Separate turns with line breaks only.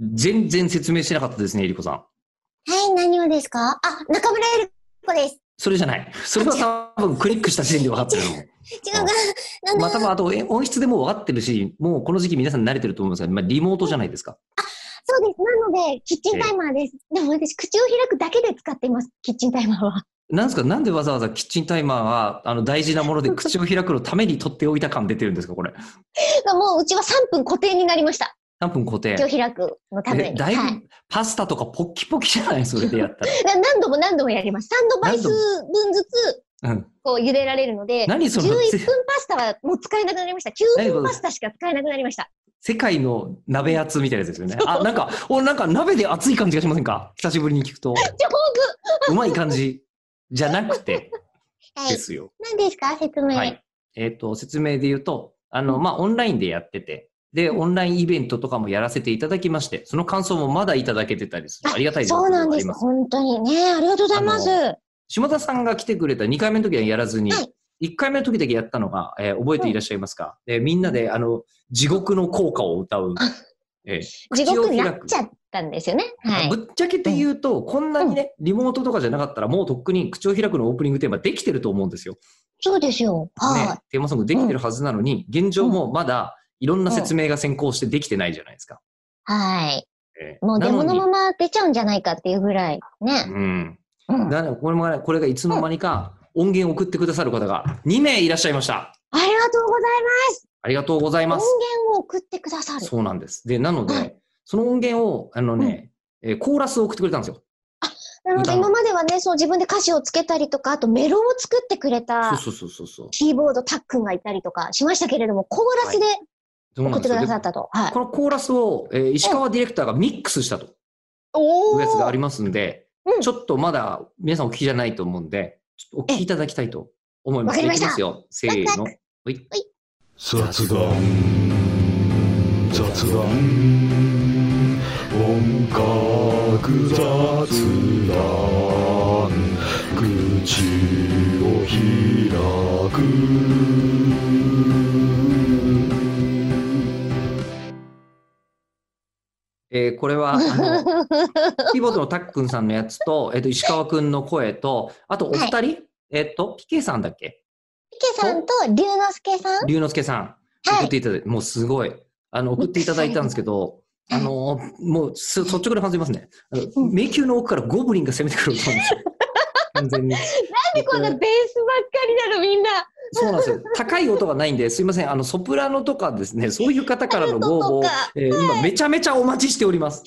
全然説明してなかったですね、えりこさん。
はい、何をですかあ、中村えり子です。
それじゃない。 それは多分クリックした時点で分かってる
違うか、なん
の。ま
だ
あ、多分あとえ音質でも分かってるし、もうこの時期皆さん慣れてると思うんですが、まあ、リモートじゃないですか。
そうです。なので、キッチンタイマーです。でも私、口を開くだけで使っています、キッチンタイマーは。
なんですか、なんでわざわざキッチンタイマーは、あの、大事なもので口を開くのために取っておいた感出てるんですか、これ。
もう、うちは3分固定になりました。
何分固定。
口を開くのため
え
に。
だ
はいい。
ぶパスタとかポッキポキじゃないそれでや った
な何度も何度もやります。3度倍数分ずつ、
ら。うん。
こう、茹でられるので、
何そ
11
の、
分
せ
パスタはもう使えなくなりました。9分パスタしか使えなくなりました。
世界の鍋厚みたいなやつですよね。あ、なんか、 お、なんか鍋で熱い感じがしませんか久しぶりに聞くと。
上
うまい感じじゃなくて
手はい
で。すよ。
何ですか説明。
はい。えっ、と、説明で言うと、あの、まあ、オンラインでやってて、で、オンラインイベントとかもやらせていただきまして、その感想もまだいただけてたりする。ありがたい
そうなんです。
情報があります
本当にね。ありがとうございます。
島田さんが来てくれた2回目の時はやらずに、
はい
1回目の時だけやったのが、えー覚えていらっしゃいますか、えーみんなで、あの、地獄の効果を歌う。えー
地獄に
口を
なっ
開く
ちゃったんですよね。はい。
ぶっちゃけて言うと、こんなにね、リモートとかじゃなかったら、もうとっくに口を開くのオープニングテーマできてると思うんですよ。
そうですよ。
ね
は、
テーマソングできてるはずなのに、現状もまだいろんな説明が先行してできてないじゃないですか。
い。はい。
ええ
もうデモ
な
の
の
まま出ちゃうんじゃないかっていうぐらい。ね。
に、うん。
うん。あり
な
が
のでこれもね、これがいつの間にか音源を送ってくださる方が2名いらっしゃいました。
とうござい
ありがとうござい
ま。
ますす。
音源を送ってくださる。
そうなんです。で、なので、
はい
その音源を、あのね、えーコーラスを送ってくれたんですよ。
なので
歌の
今まではね、そう自分で歌詞をつけたりとか、あとメロを作ってくれた
そうそうそうそう。
キーボードタックンがいたりとかしましたけれども、コーラスで
そうな
送
ん
っ
で
て
すよ
くださったと。は
で
い。
このコーラスを、えー石川ディレクターがミックスしたと
お
いうやつがあ
ー
りますんで、
うん
ちょっとまだ皆さんお聞きじゃないと思うんで、ちょっとお聞きいただきたいと思います。
ええわかりました
いきますよ。せーの。ほい
雑談雑談音楽雑談口を開く
えーこれは、あ の、キーボードのたっくんさんのやつと、えっ、と、石川くんの声と、あとお二人、えっ、と、ピケさんだっけ
池さんと龍之介さん
龍之介さん、
は
送っ
い。
ていただいて、もうすごい。あの、送っていただいたんですけど、あのもうす率直に感じますね。あの
うん
迷宮の奥からゴブリンが攻めてくる音なん ですよ。完全に。なん
なんでこんなベースばっかりなのみんな。
そうなんですよ。高い音がないんで、すいません。あの、ソプラノとかですね、そういう方からのご応募
ソプラノと
を
か、
えー今、めちゃめちゃお待ちしております。